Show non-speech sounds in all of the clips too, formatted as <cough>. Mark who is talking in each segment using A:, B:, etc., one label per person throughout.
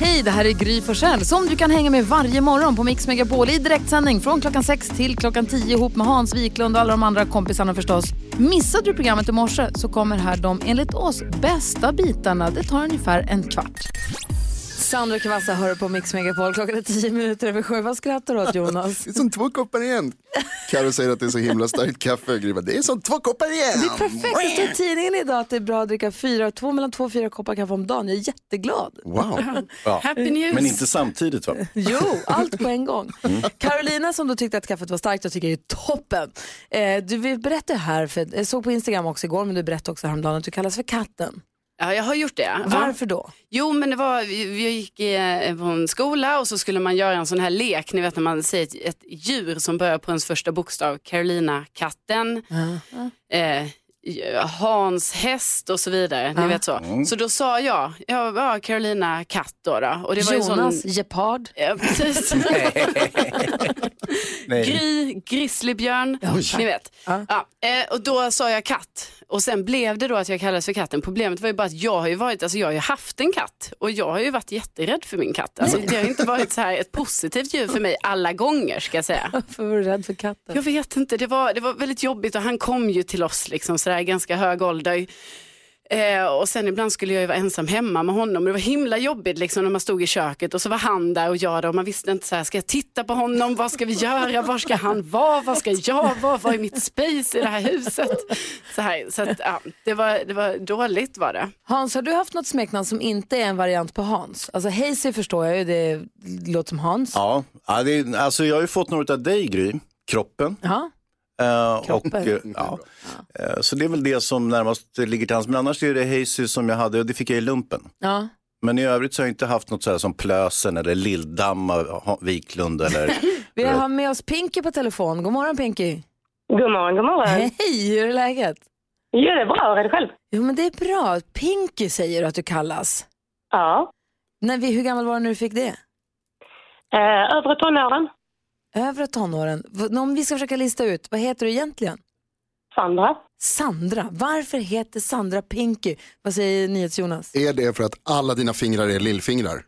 A: Hej, det här är Gry Forssell som du kan hänga med varje morgon på Mix Megapol i direktsändning från klockan 6 till klockan 10 ihop med Hans Wiklund och alla de andra kompisarna förstås. Missade du programmet i morse så kommer här de enligt oss bästa bitarna. Det tar ungefär en kvart. Sandra Cavazza hör du på Mix Megapol. Klockan är 10 minuter över sju. Vad skrattar du åt Jonas?
B: Det är som två koppar igen. Karo säger att det är så himla starkt kaffe. Och Gry bara, det är som två koppar igen.
A: Det är perfekt. Det står i tidningen idag att det är bra att dricka fyra, två, mellan två och fyra koppar kaffe om dagen. Jag är jätteglad.
B: Wow.
C: Ja.
D: Happy news.
C: Men inte samtidigt va?
A: Jo, allt på en gång. Carolina som då tyckte att kaffet var starkt, jag tycker det är toppen. Eh, du vill berätta här, för jag såg på Instagram också igår, men du berättade också häromdagen att du kallas för katten.
D: Ja, jag har gjort det.
A: Varför då?
D: Jo, men det var, vi vi gick i, eh, på en skola och så skulle man göra en sån här lek, ni vet när man säger ett, ett djur som börjar på ens första bokstav, Carolina katten, eh, Hans häst och så vidare. Ni vet så.
C: Mm.
D: så då sa jag, ja, ja Carolina katt då. då. Och det var ju sån,
A: Jonas, gepard.
D: Ja,
C: <laughs>
D: precis. Gry, grizzlybjörn, ni vet. Ja. eh, och då sa jag katt. Och sen blev det då att jag kallades för katten. Problemet var ju bara att jag har ju varit, alltså jag har ju haft en katt och jag har ju varit jätterädd för min katt. Alltså, det har ju inte varit så här ett positivt djur för mig alla gånger ska jag säga.
A: <laughs> Varför var du rädd för katten?
D: Jag vet inte, det var, det var väldigt jobbigt och han kom ju till oss liksom sådär ganska hög ålder. Eh, och sen ibland skulle jag ju vara ensam hemma med honom och det var himla jobbigt liksom när man stod i köket och så var han där och jag där och man visste inte så här, ska jag titta på honom, vad ska vi göra, var ska han vara, vad ska jag vara, vad är mitt space i det här huset? Så, här, så att, ja, det, var, det var dåligt var det.
A: Hans, har du haft något smeknamn som inte är en variant på Hans? Alltså Hazy förstår jag ju, det låter som Hans.
C: Ja, ja det, är- alltså jag har ju fått något av dig Gry, kroppen.
A: Ja.
C: Eh,
A: Kroppen.
C: Och, eh, ja. Eh, Så det är väl det som närmast ligger till hands. Men annars är det Hazy som jag hade och det fick jag i lumpen.
A: Ja.
C: Men i övrigt så har jag inte haft något så här som Plösen eller Lilldamma, Ha- Wiklund eller...
A: Vi har med oss Pinky på telefon. God morgon Pinky.
E: God morgon, god morgon.
A: Hej, hur är läget?
E: Jo, det är bra. Hur är det själv?
A: Jo men det är bra. Pinky säger du att du kallas.
E: Ja.
A: När vi, hur gammal var du när du fick det?
E: Eh, övre tonåren.
A: Övre tonåren. V- Om vi ska försöka lista ut, vad heter du egentligen?
E: Sandra.
A: Sandra. Varför heter Sandra Pinky? Vad säger NyhetsJonas?
B: Är det för att alla dina fingrar är lillfingrar?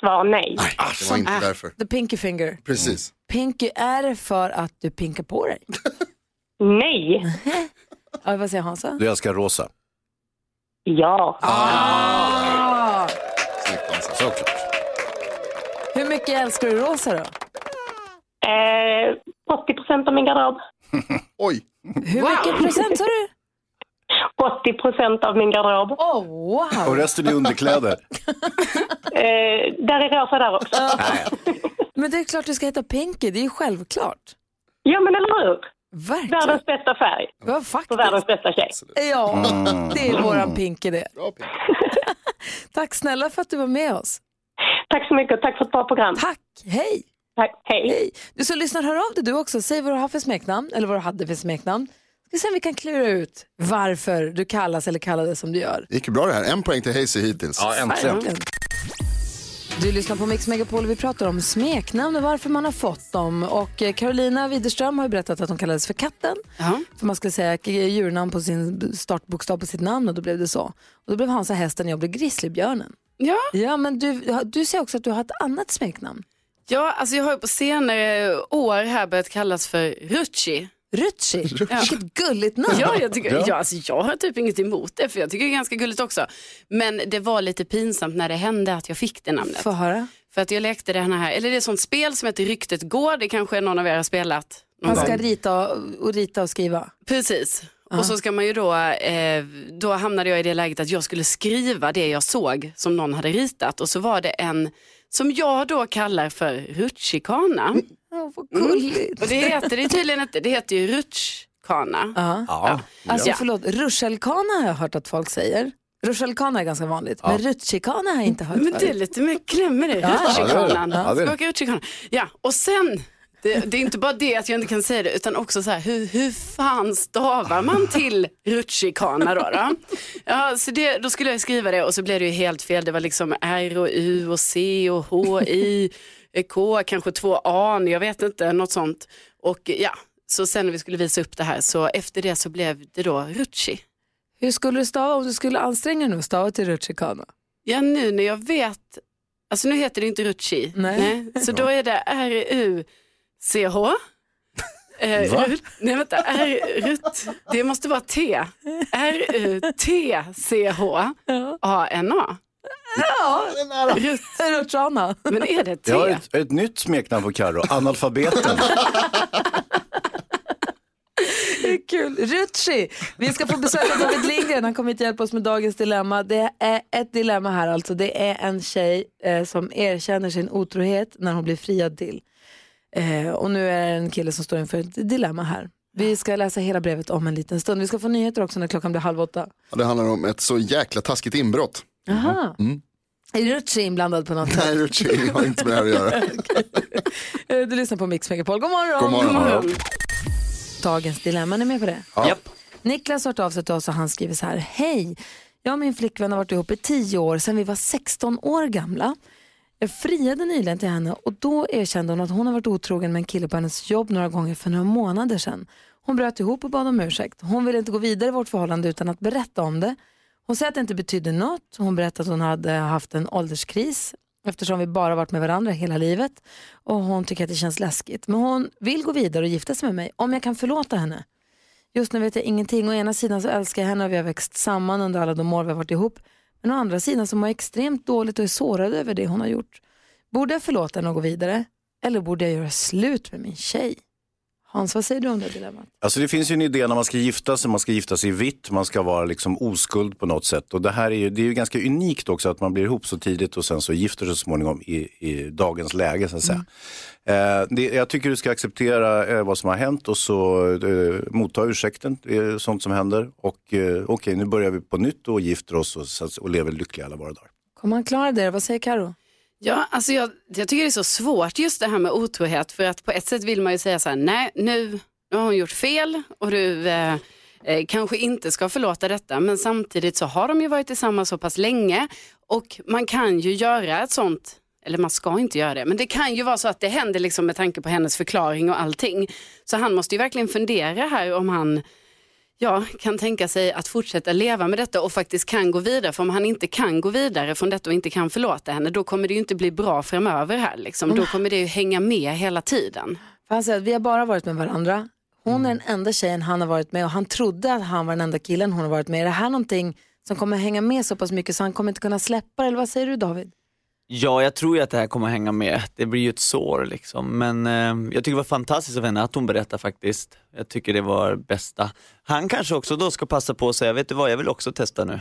E: Svar nej.
B: Nej, det var inte därför.
A: The Pinky Finger.
B: Precis.
A: Pinky, är det för att du pinkar på
E: <laughs>
A: dig?
E: Nej.
A: Ja, vad säger Hansa?
C: Du älskar rosa.
E: Ja.
A: Ah!
B: Snyggt, Hansa.
C: Såklart.
A: Hur mycket älskar du rosa då?
E: Eh, 80 procent av min garderob.
B: Oj,
A: Hur mycket procent sa
E: <laughs>
A: du?
E: 80 procent av min garderob.
A: Åh,
C: Och
A: wow!
C: resten är underkläder.
E: Eh, där är rosa där också.
A: Men det är klart du ska heta Pinky, det är ju självklart.
E: Ja, men eller hur?
A: Verkligen.
E: Världens bästa färg
A: Ja,
E: på
A: faktiskt.
E: världens Mm. bästa tjej.
A: Ja, det är våran Pinky det.
B: bra Pinky.
A: Tack snälla för att du var med oss.
E: Tack så mycket och tack för ett bra program.
A: Tack, hej!
E: Tack. Hej.
A: Hej! Du som lyssnar, hör av dig du också. Säg vad du har för smeknamn, eller vad du hade för smeknamn. Ska vi se om vi kan klura ut varför du kallas eller kallades som du gör.
B: det gick ju bra det här. En poäng till Hazy hittills.
C: Ja, äntligen.
A: Verkligen. Du lyssnar på Mix Megapol vi pratar om smeknamn och varför man har fått dem. Och eh, Carolina Widerström har ju berättat att hon kallades för katten.
D: Ja.
A: För man ska säga k- djurnamn på sin b- startbokstav på sitt namn och då blev det så. Och då blev Hansa hästen och jag blev grizzlybjörnen.
D: Ja.
A: Ja, men du, du säger också att du har ett annat smeknamn.
D: ja, alltså jag har ju på senare år här börjat kallas för Rutschi.
A: Rutschi. Vilket gulligt namn.
D: Ja, jag, tycker, ja. alltså, jag har typ inget emot det, för jag tycker det är ganska gulligt också. Men det var lite pinsamt när det hände att jag fick det namnet.
A: Få
D: För,
A: höra.
D: att jag lekte det här, eller det är ett sånt spel som heter Ryktet går, det kanske någon av er har spelat. Någon
A: Han
D: gång.
A: ska rita och, och rita och skriva.
D: Precis. Och så ska man ju då, eh, då hamnade jag i det läget att jag skulle skriva det jag såg som någon hade ritat. Och så var det en, som jag då kallar för rutschkana.
A: Åh, vad gulligt.
D: Och det heter det tydligen inte, det heter ju rutschkana.
A: Ja.
C: Ja.
A: Alltså
D: Ja.
A: förlåt, ruschelkana har jag hört att folk säger. Ruschelkana är ganska vanligt, men rutschikana har jag inte hört
D: Men det är
A: förut.
D: lite mer kläm i det.
C: Ja, det är det. Ja, det är
D: Rutschkanan.
C: det.
D: Ska åka rutschkana. Ja, och sen. Det, det är inte bara det att jag inte kan säga det, utan också så här, hur, hur fan stavar man till rutschkana då? då? Ja, så det, då skulle jag skriva det och så blev det ju helt fel. Det var liksom R och U och C och H, I, K, kanske två A, jag vet inte, något sånt. Och ja, så sen när vi skulle visa upp det här, så efter det så blev det då rutschi.
A: Hur skulle du stava om du skulle anstränga dig nu och stava till rutschikana?
D: Ja, nu när jag vet, alltså nu heter det inte Rutschi,
A: Nej.
D: så då är det R-U-C-H. Eh,
C: Va?
D: rut- nej vänta, R-Rut, det måste vara T. R-U-T-C-H-A-N-A. Rut,
A: Rutschana.
D: men är det T?
C: Jag har ett, ett nytt smeknamn på Carro, analfabeten.
A: Det är Kul. Rutschi. Vi ska få besöka David Lindgren. Han kommer hit och hjälpa oss med dagens dilemma. Det är ett dilemma här alltså. Det är en tjej eh, som erkänner sin otrohet när hon blir friad till. Eh, och nu är det en kille som står inför ett dilemma här. Vi ska läsa hela brevet om en liten stund. Vi ska få nyheter också när klockan blir halv åtta.
B: Ja, det handlar om ett så jäkla taskigt inbrott.
A: Aha. Mm. Är Rutschi inblandad på något sätt?
B: Nej, Rutschi har inte med det här att göra.
A: Eh, Du lyssnar på Mix Megapol. God morgon.
B: God morgon.
A: Dagens dilemma, är ni med på det?
C: ja.
A: Niklas har hört av sig till oss och han skriver så här. Hej, jag och min flickvän har varit ihop i 10 år sedan vi var 16 år gamla. Jag friade nyligen till henne och då erkände hon att hon har varit otrogen med en kille på hennes jobb några gånger för några månader sedan. Hon bröt ihop och bad om ursäkt. Hon ville inte gå vidare i vårt förhållande utan att berätta om det. Hon säger att det inte betydde något. Hon berättar att hon hade haft en ålderskris eftersom vi bara varit med varandra hela livet. Och hon tycker att det känns läskigt. Men hon vill gå vidare och gifta sig med mig om jag kan förlåta henne. Just nu vet jag ingenting. Å ena sidan så älskar jag henne och vi har växt samman under alla de år vi har varit ihop. Men å andra sidan så mår jag extremt dåligt och är sårad över det hon har gjort. Borde jag förlåta henne och gå vidare? Eller borde jag göra slut med min tjej? Hans, vad säger du om det dilemmat?
C: Alltså det finns ju en idé när man ska gifta sig, man ska gifta sig i vitt, man ska vara liksom oskuld på något sätt. Och det här är ju, det är ju ganska unikt också att man blir ihop så tidigt och sen så gifter sig så småningom i, i dagens läge så att säga. Eh, det, jag tycker du ska acceptera eh, vad som har hänt och så eh, motta ursäkten, det är sånt som händer. Och eh, okej, nu börjar vi på nytt och gifter oss och, så- och lever lyckliga alla våra dagar.
A: Kommer han klara det? Vad säger Karo?
D: Ja, alltså jag, jag tycker det är så svårt just det här med otrohet för att på ett sätt vill man ju säga så här, nej nu, nu har hon gjort fel och du eh, eh, kanske inte ska förlåta detta men samtidigt så har de ju varit tillsammans så pass länge och man kan ju göra ett sånt eller man ska inte göra det, men det kan ju vara så att det händer liksom med tanke på hennes förklaring och allting. Så han måste ju verkligen fundera här om han ja, kan tänka sig att fortsätta leva med detta och faktiskt kan gå vidare. För om han inte kan gå vidare från detta och inte kan förlåta henne, då kommer det ju inte bli bra framöver här. Liksom. Då kommer det ju hänga med hela tiden.
A: För han säger att vi har bara varit med varandra. Hon är den enda tjejen han har varit med och han trodde att han var den enda killen hon har varit med. Är det här någonting som kommer hänga med så pass mycket så han kommer inte kunna släppa det? Eller vad säger du David?
F: Ja, jag tror ju att det här kommer hänga med. Det blir ju ett sår liksom. Men eh, jag tycker det var fantastiskt av henne att hon berättade faktiskt. Jag tycker det var det bästa. Han kanske också då ska passa på att säga, vet du vad, jag vill också testa nu.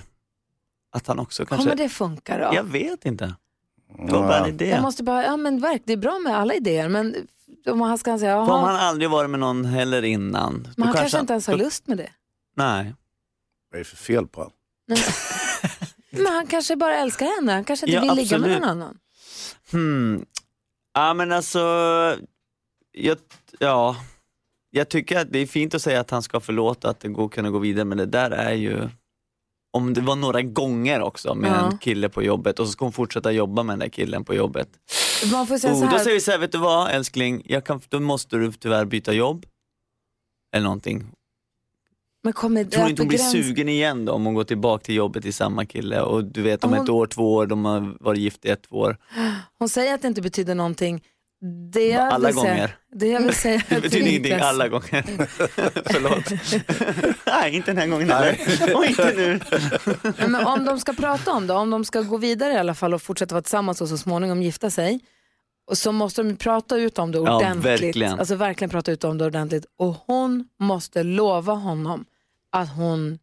F: Att han också kanske...
A: Kommer det funka då?
F: Jag vet inte. Det var
C: Mm.
F: bara en idé.
A: Jag måste bara, ja men verkligen, det är bra med alla idéer men om han ska säga,
F: För om
A: jaha,
F: han aldrig varit med någon heller innan. då
A: men han kanske inte ens har
F: då-
A: lust med det.
F: Nej.
C: Vad är det för fel på honom?
A: Men han kanske bara älskar henne, han kanske inte
F: Ja,
A: vill ligga med
F: absolut.
A: någon annan.
F: Hmm. Ja men alltså, jag, ja. jag tycker att det är fint att säga att han ska förlåta att det går att kunna gå vidare men det där är ju, om det var några gånger också med
A: Ja.
F: en kille på jobbet och så ska hon fortsätta jobba med den där killen på jobbet.
A: Man får säga så
F: Oh, då
A: här,
F: säger vi såhär, vet du vad älskling, jag kan, då måste du tyvärr byta jobb. Eller någonting.
A: men kommer
F: Tror
A: det
F: du
A: att
F: inte hon blir
A: begränsa?
F: sugen igen då om hon går tillbaka till jobbet till samma kille och du vet om
A: Om hon-
F: ett år, två år, de har varit gifta i ett, två år.
A: Hon säger att det inte betyder någonting. Det jag
F: Alla
A: vill säga,
F: gånger.
A: Det jag vill säga
F: <laughs> Det betyder
A: till
F: ingenting
A: Niklas-
F: alla <laughs> gånger. Förlåt. Nej, inte den här gången heller. Och inte nu.
A: Nej, men om de ska prata om det, om de ska gå vidare i alla fall och fortsätta vara tillsammans och så småningom gifta sig, och så måste de ju prata ut om det
F: Ja,
A: ordentligt.
F: verkligen.
A: Alltså verkligen prata ut om det ordentligt. Och hon måste lova honom att hon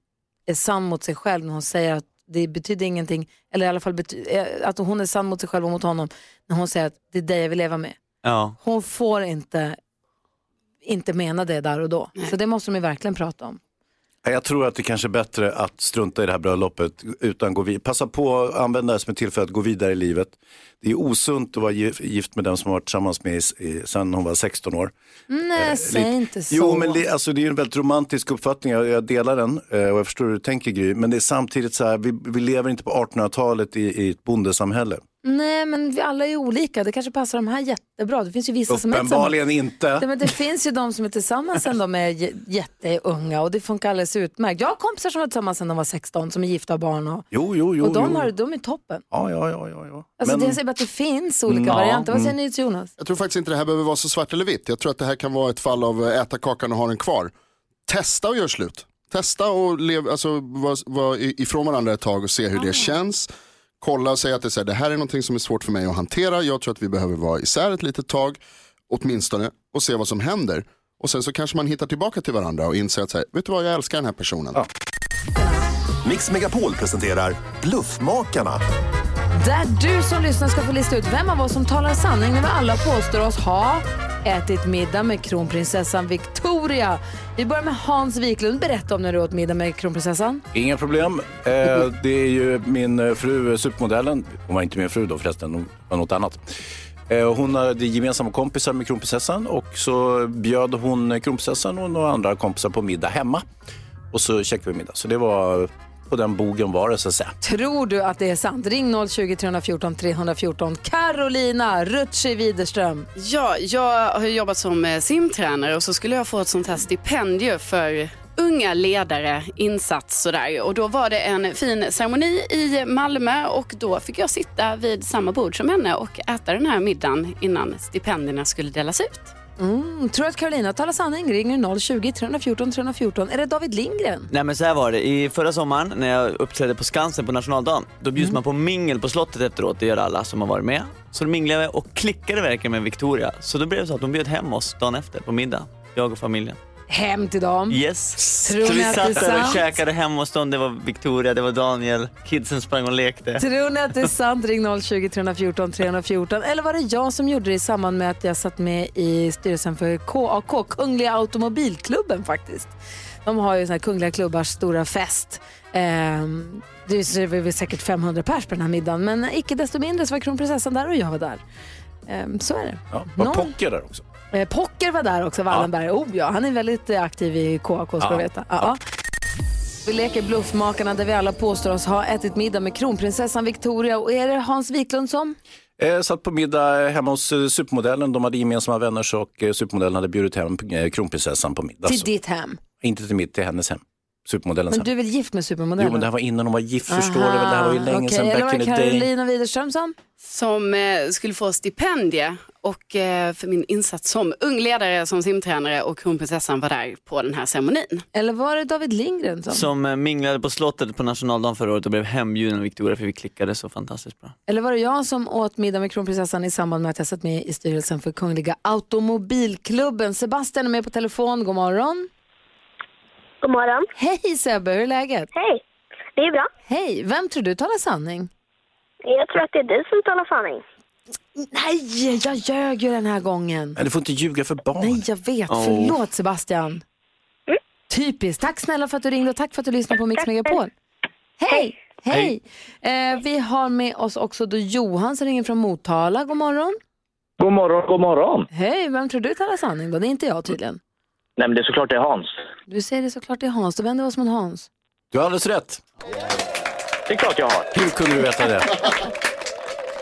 A: är sann mot sig själv när hon säger att det betyder ingenting, eller i alla fall bety- eh, att hon är sann mot sig själv och mot honom när hon säger att det är dig jag vill leva med.
F: Ja,
A: Hon får inte, inte mena det där och då. Så det måste de ju verkligen prata om.
C: Jag tror att det kanske är bättre att strunta i det här bröllopet. Utan gå vid- Passa på att använda det som ett tillfälle att gå vidare i livet. Det är osunt att vara gif- gift med den som har varit tillsammans med i, s- i, sedan hon var 16 år.
F: Eh,
A: Nej, säg
C: lite-
A: inte så.
C: Jo, men det, alltså, det är ju en väldigt romantisk uppfattning. Jag, jag delar den eh, och jag förstår hur du tänker Gry. Men det är samtidigt så här, vi, vi lever inte på 1800-talet i, i ett bondesamhälle.
A: Nej, men vi alla är olika. Det kanske passar de här jättebra. Det finns ju vissa som är tillsammans.
C: Uppenbarligen
A: Nej,
C: inte.
A: men det finns ju de som är tillsammans sen de är j- jätteunga och det funkar alldeles utmärkt. Jag har kompisar som var tillsammans sen de var 16 som är gifta och barn och,
C: Jo, jo, jo.
A: och de,
C: jo.
A: har, de är toppen.
C: Ja, ja, ja. ja, ja.
A: Alltså
C: Men-
A: det säger bara att det finns olika
F: Ja.
A: varianter. Vad säger ni till Jonas?
B: Jag tror faktiskt inte det här behöver vara så svart eller vitt. Jag tror att det här kan vara ett fall av eh, äta kakan och ha den kvar. Testa och gör slut. Testa och lev, alltså, vara var ifrån varandra ett tag och se hur det känns. Kolla och säga att det, är så här, det här är någonting som är svårt för mig att hantera. Jag tror att vi behöver vara isär ett litet tag, åtminstone, och se vad som händer. Och sen så kanske man hittar tillbaka till varandra och inser att så här, vet du vad, jag älskar den här personen.
G: Mix Megapol presenterar Bluffmakarna.
A: Där du som lyssnar ska få lista ut vem av oss som talar sanning när vi alla påstår oss ha ätit middag med kronprinsessan Victoria. Vi börjar med Hans Wiklund. Berätta om när du åt middag med kronprinsessan.
C: Inga problem. Eh, det är ju min eh, fru, eh, supermodellen. Hon var inte min fru då förresten, hon var något annat. Eh, hon hade gemensamma kompisar med kronprinsessan och så bjöd hon kronprinsessan och några andra kompisar på middag hemma. Och så käkade vi middag. Så det var på den bogen var det så att säga.
A: Tror du att det är sant? Ring 020 314 314. Carolina Rutschi Widerström.
D: Ja, jag har ju jobbat som eh, simtränare och så skulle jag få ett sånt här stipendium för unga ledare, insats sådär. Och då var det en fin ceremoni i Malmö och då fick jag sitta vid samma bord som henne och äta den här middagen innan stipendierna skulle delas ut.
A: Mm, tror du att Carolina talar sanning? Ring 020 314 314. Är det David Lindgren?
F: Nej men så här var det, i förra sommaren när jag uppträdde på Skansen på nationaldagen, då bjuds man på mingel på slottet efteråt, det gör alla som har varit med. Så då minglade jag och klickade verkligen med Victoria, så då blev det så att de bjöd hem oss dagen efter på middag, jag och familjen.
A: Hem till
F: Mm.
A: dem.
F: Yes!
A: Tror
F: så vi
A: ni att det är
F: satt där
A: sant?
F: och käkade hem hos dem, det var Victoria, det var Daniel, kidsen sprang och lekte.
A: Tror ni att det är sant? Ring 020 314 314. Eller var det jag som gjorde det i samband med att jag satt med i styrelsen för KAK, Kungliga Automobilklubben faktiskt. De har ju sån här Kungliga Klubbars stora fest. Ehm, det är- det är väl säkert 500 pers på den här middagen, men icke desto mindre så var kronprinsessan där och jag var där. Ehm, så är det.
C: Ja, var
A: Någon-
C: Pocker där också.
A: Eh, Pocker var där också, Wallenberg. Oh, ja, han är väldigt eh, aktiv i KAK, ska du veta. Ja. ja. Vi leker Bluffmakarna där vi alla påstår oss ha ätit middag med kronprinsessan Victoria. Och är det Hans Wiklund som?
C: Eh, satt på middag hemma hos eh, supermodellen. De hade gemensamma vänner så och eh, supermodellen hade bjudit hem eh, kronprinsessan på middag.
A: Till
C: Så,
A: ditt hem.
C: inte till mitt, till hennes hem. Supermodellens
A: Men
C: hem.
A: du är väl gift med supermodellen?
C: Jo, men det här var innan hon var gift, förstår du väl? Det här var ju
A: Aha,
C: länge
A: okej.
C: sedan,
A: Eller
C: back
A: var
C: in
A: det
C: the day.
A: Carolina Widerström som?
D: som eh, skulle få stipendie och eh, för min insats som ung ledare som simtränare och kronprinsessan var där på den här ceremonin.
A: Eller var det David Lindgren som?
F: Som eh, minglade på slottet på nationaldagen förra året och blev hembjuden av Victoria för vi klickade så fantastiskt bra.
A: Eller var det jag som åt middag med kronprinsessan i samband med att jag satt med i styrelsen för Kungliga Automobilklubben? Sebastian är med på telefon. God morgon.
E: God morgon.
A: Hej Sebbe, hur är läget?
E: Hej. Det är bra.
A: Hej, vem tror du talar sanning?
E: Jag tror att det är du som talar sanning.
A: Nej, jag ljög ju den här gången.
C: Men du får inte ljuga för barn.
A: Nej, jag vet. Förlåt Sebastian. Typiskt. Tack snälla för att du ringde och Mm. tack för att du lyssnade på Mix Megapol. Hej! Hej! Eh, vi har med oss också då Johan som ringer från Motala. God morgon.
H: God morgon, god morgon.
A: Hej, vem tror du talar sanning då? Det är inte jag tydligen.
H: Nej, men det är såklart det är Hans.
A: Du säger det såklart till Hans, då vänder vi oss mot Hans.
C: Du har alldeles rätt.
H: Det är klart jag har.
C: Hur kunde du veta det?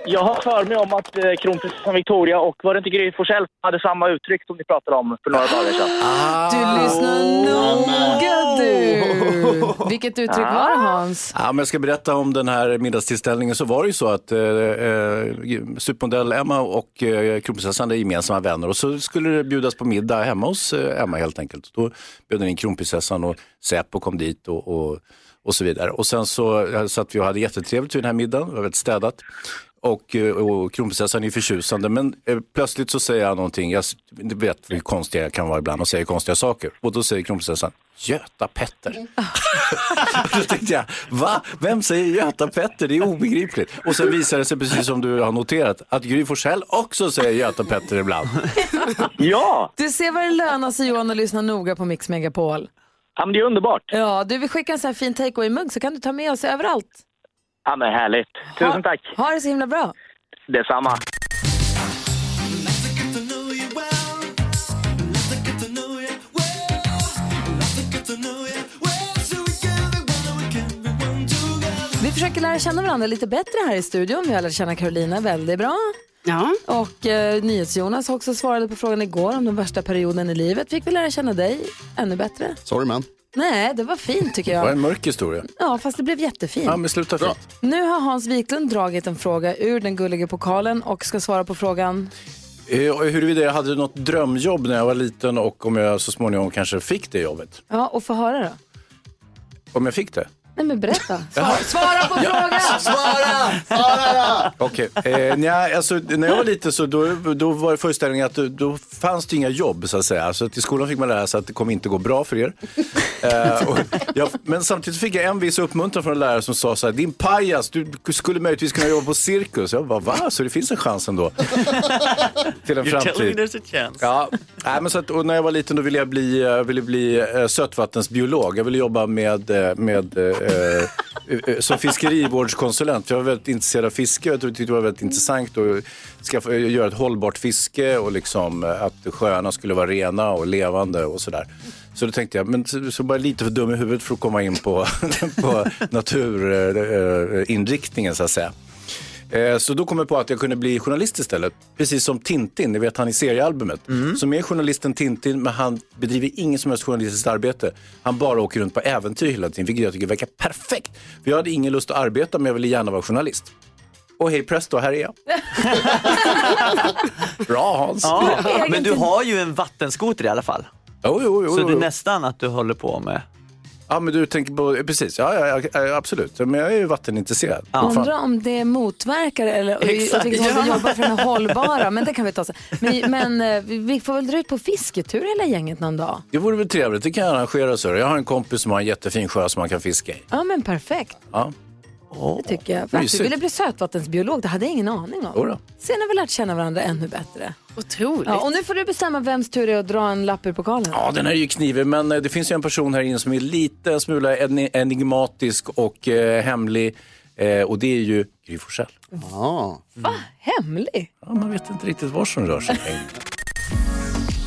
H: Jag har för mig om att eh, kronprinsessan Victoria och var det inte Gry Forssell som hade samma uttryck som ni pratade om för några dagar sedan?
A: Du
C: Ah.
A: lyssnar noga <laughs> du! Vilket uttryck var det Hans?
C: Ja, men jag ska berätta om den här middagstillställningen. Så var det ju så att eh, eh, supermodell Emma och eh, kronprinsessan är gemensamma vänner. Och så skulle det bjudas på middag hemma hos eh, Emma helt enkelt. Då bjöd den in kronprinsessan och Säpo kom dit och, och, och så vidare. Och sen så eh, satt vi och hade jättetrevligt vid den här middagen. Det var väldigt städat. Och, eh, och kronprinsessan är förtjusande. Men eh, plötsligt så säger jag någonting. Jag s- du vet hur konstig jag kan vara ibland och säger konstiga saker. Och då säger kronprinsessan Göta Petter. Då tänkte jag, va? Vem säger Göta Petter? Det är obegripligt. Och sen visar det sig, precis som du har noterat, att Gry Forssell också säger Göta Petter ibland.
H: Ja!
A: Du ser vad det lönar sig Johan att lyssna noga på Mix Megapol.
H: Ja, men det är underbart.
A: Ja, du vill skicka en sån här fin take away-mugg så kan du ta med oss överallt.
H: Ja, men härligt. Tusen tack.
A: Ha det så himla bra.
H: Detsamma.
A: Vi Vi försöker lära känna varandra lite bättre här i studion. Vi har lärt känna Carolina väldigt bra.
D: Ja.
A: Och eh, NyhetsJonas har också svarade på frågan igår om den värsta perioden i livet. Fick vi lära känna dig ännu bättre?
B: Sorry man.
A: Nej, det var fint tycker
C: Det var
A: jag.
C: en mörk historia.
A: Ja, fast det blev jättefint.
C: Ja, men sluta fint.
A: Nu har Hans Wiklund dragit en fråga ur den gulliga pokalen och ska svara på frågan.
C: Eh, och Huruvida jag hade något drömjobb när jag var liten och om jag så småningom kanske fick det jobbet.
A: Ja, och få höra då.
C: Om jag fick det?
A: Nej men berätta. Svara, svara på frågan!
C: Okej, eh, nja, alltså, när jag var liten så då, då var det föreställningen att då, då fanns det inga jobb så att säga. Så att i skolan fick man lära sig att det kommer inte gå bra för er. Eh, och jag, men samtidigt fick jag en viss uppmuntran från en lärare som sa så här, din pajas, du skulle möjligtvis kunna jobba på cirkus. Jag bara, va? Så det finns en chans
F: <laughs>
C: ändå? Till en
F: You're
C: framtid.
F: telling there's a chance.
C: Ja, nej, men så att, och när jag var liten då ville jag bli, eh, ville bli eh, sötvattensbiolog. Jag ville jobba med, eh, med, eh, eh, eh, som fiskerivårdskonsulent. För jag var väldigt intresserad av fiske och jag tyckte det var väldigt intressant att skaffa, eh, göra ett hållbart fiske och liksom, eh, att sjöarna skulle vara rena och levande och sådär. Så då tänkte jag, men så, så bara lite för dum i huvudet för att komma in på, <laughs> på naturinriktningen så att säga. Eh, Så då kom jag på att jag kunde bli journalist istället. Precis som Tintin, ni vet han i seriealbumet. Som är journalisten Tintin, men han bedriver inget som helst journalistiskt arbete. Han bara åker runt på äventyr hela tiden, vilket jag tycker verkar perfekt. För jag hade ingen lust att arbeta, men jag ville gärna vara journalist. Och hej presto, här
F: <laughs>
C: är jag. Bra Hans.
F: Ja, men du har ju en vattenskoter i alla fall.
C: Jo, jo, jo,
F: Så
C: jo,
F: det är
C: jo.
F: nästan att du håller på med.
C: Ja, men du tänker på, eh, precis, ja, ja, ja, ja, absolut. Men jag är ju vattenintresserad. Vad fan.
A: Undrar om det motverkar eller och vi- åt
F: Exakt.
A: vilket håll vi jobbar för den
C: <laughs>
A: här hållbara, men det kan vi ta sen. Men, men eh, vi- vi får väl dra ut på fisketur hela gänget någon dag.
C: Det vore väl trevligt, det kan jag arrangera. Så. Jag har en kompis som har en jättefin sjö som man kan fiska i.
A: Ja men perfekt,
C: Ja.
A: det tycker jag. För att du
C: mysigt.
A: ville bli sötvattensbiolog, det hade jag ingen aning om.
C: Jo då.
A: Sen har vi lärt känna varandra ännu bättre.
D: Otroligt.
A: Ja, och nu får du bestämma vems tur det är att dra en lapp ur pokalen.
C: Ja, den här är ju knivig, men eh, det finns ju en person här inne som är lite en smula en- enigmatisk och eh, hemlig. Eh, och det är ju Gry Forssell.
B: Ja.
A: Hemlig.
C: Ja, man vet inte riktigt var som rör sig <laughs> längre.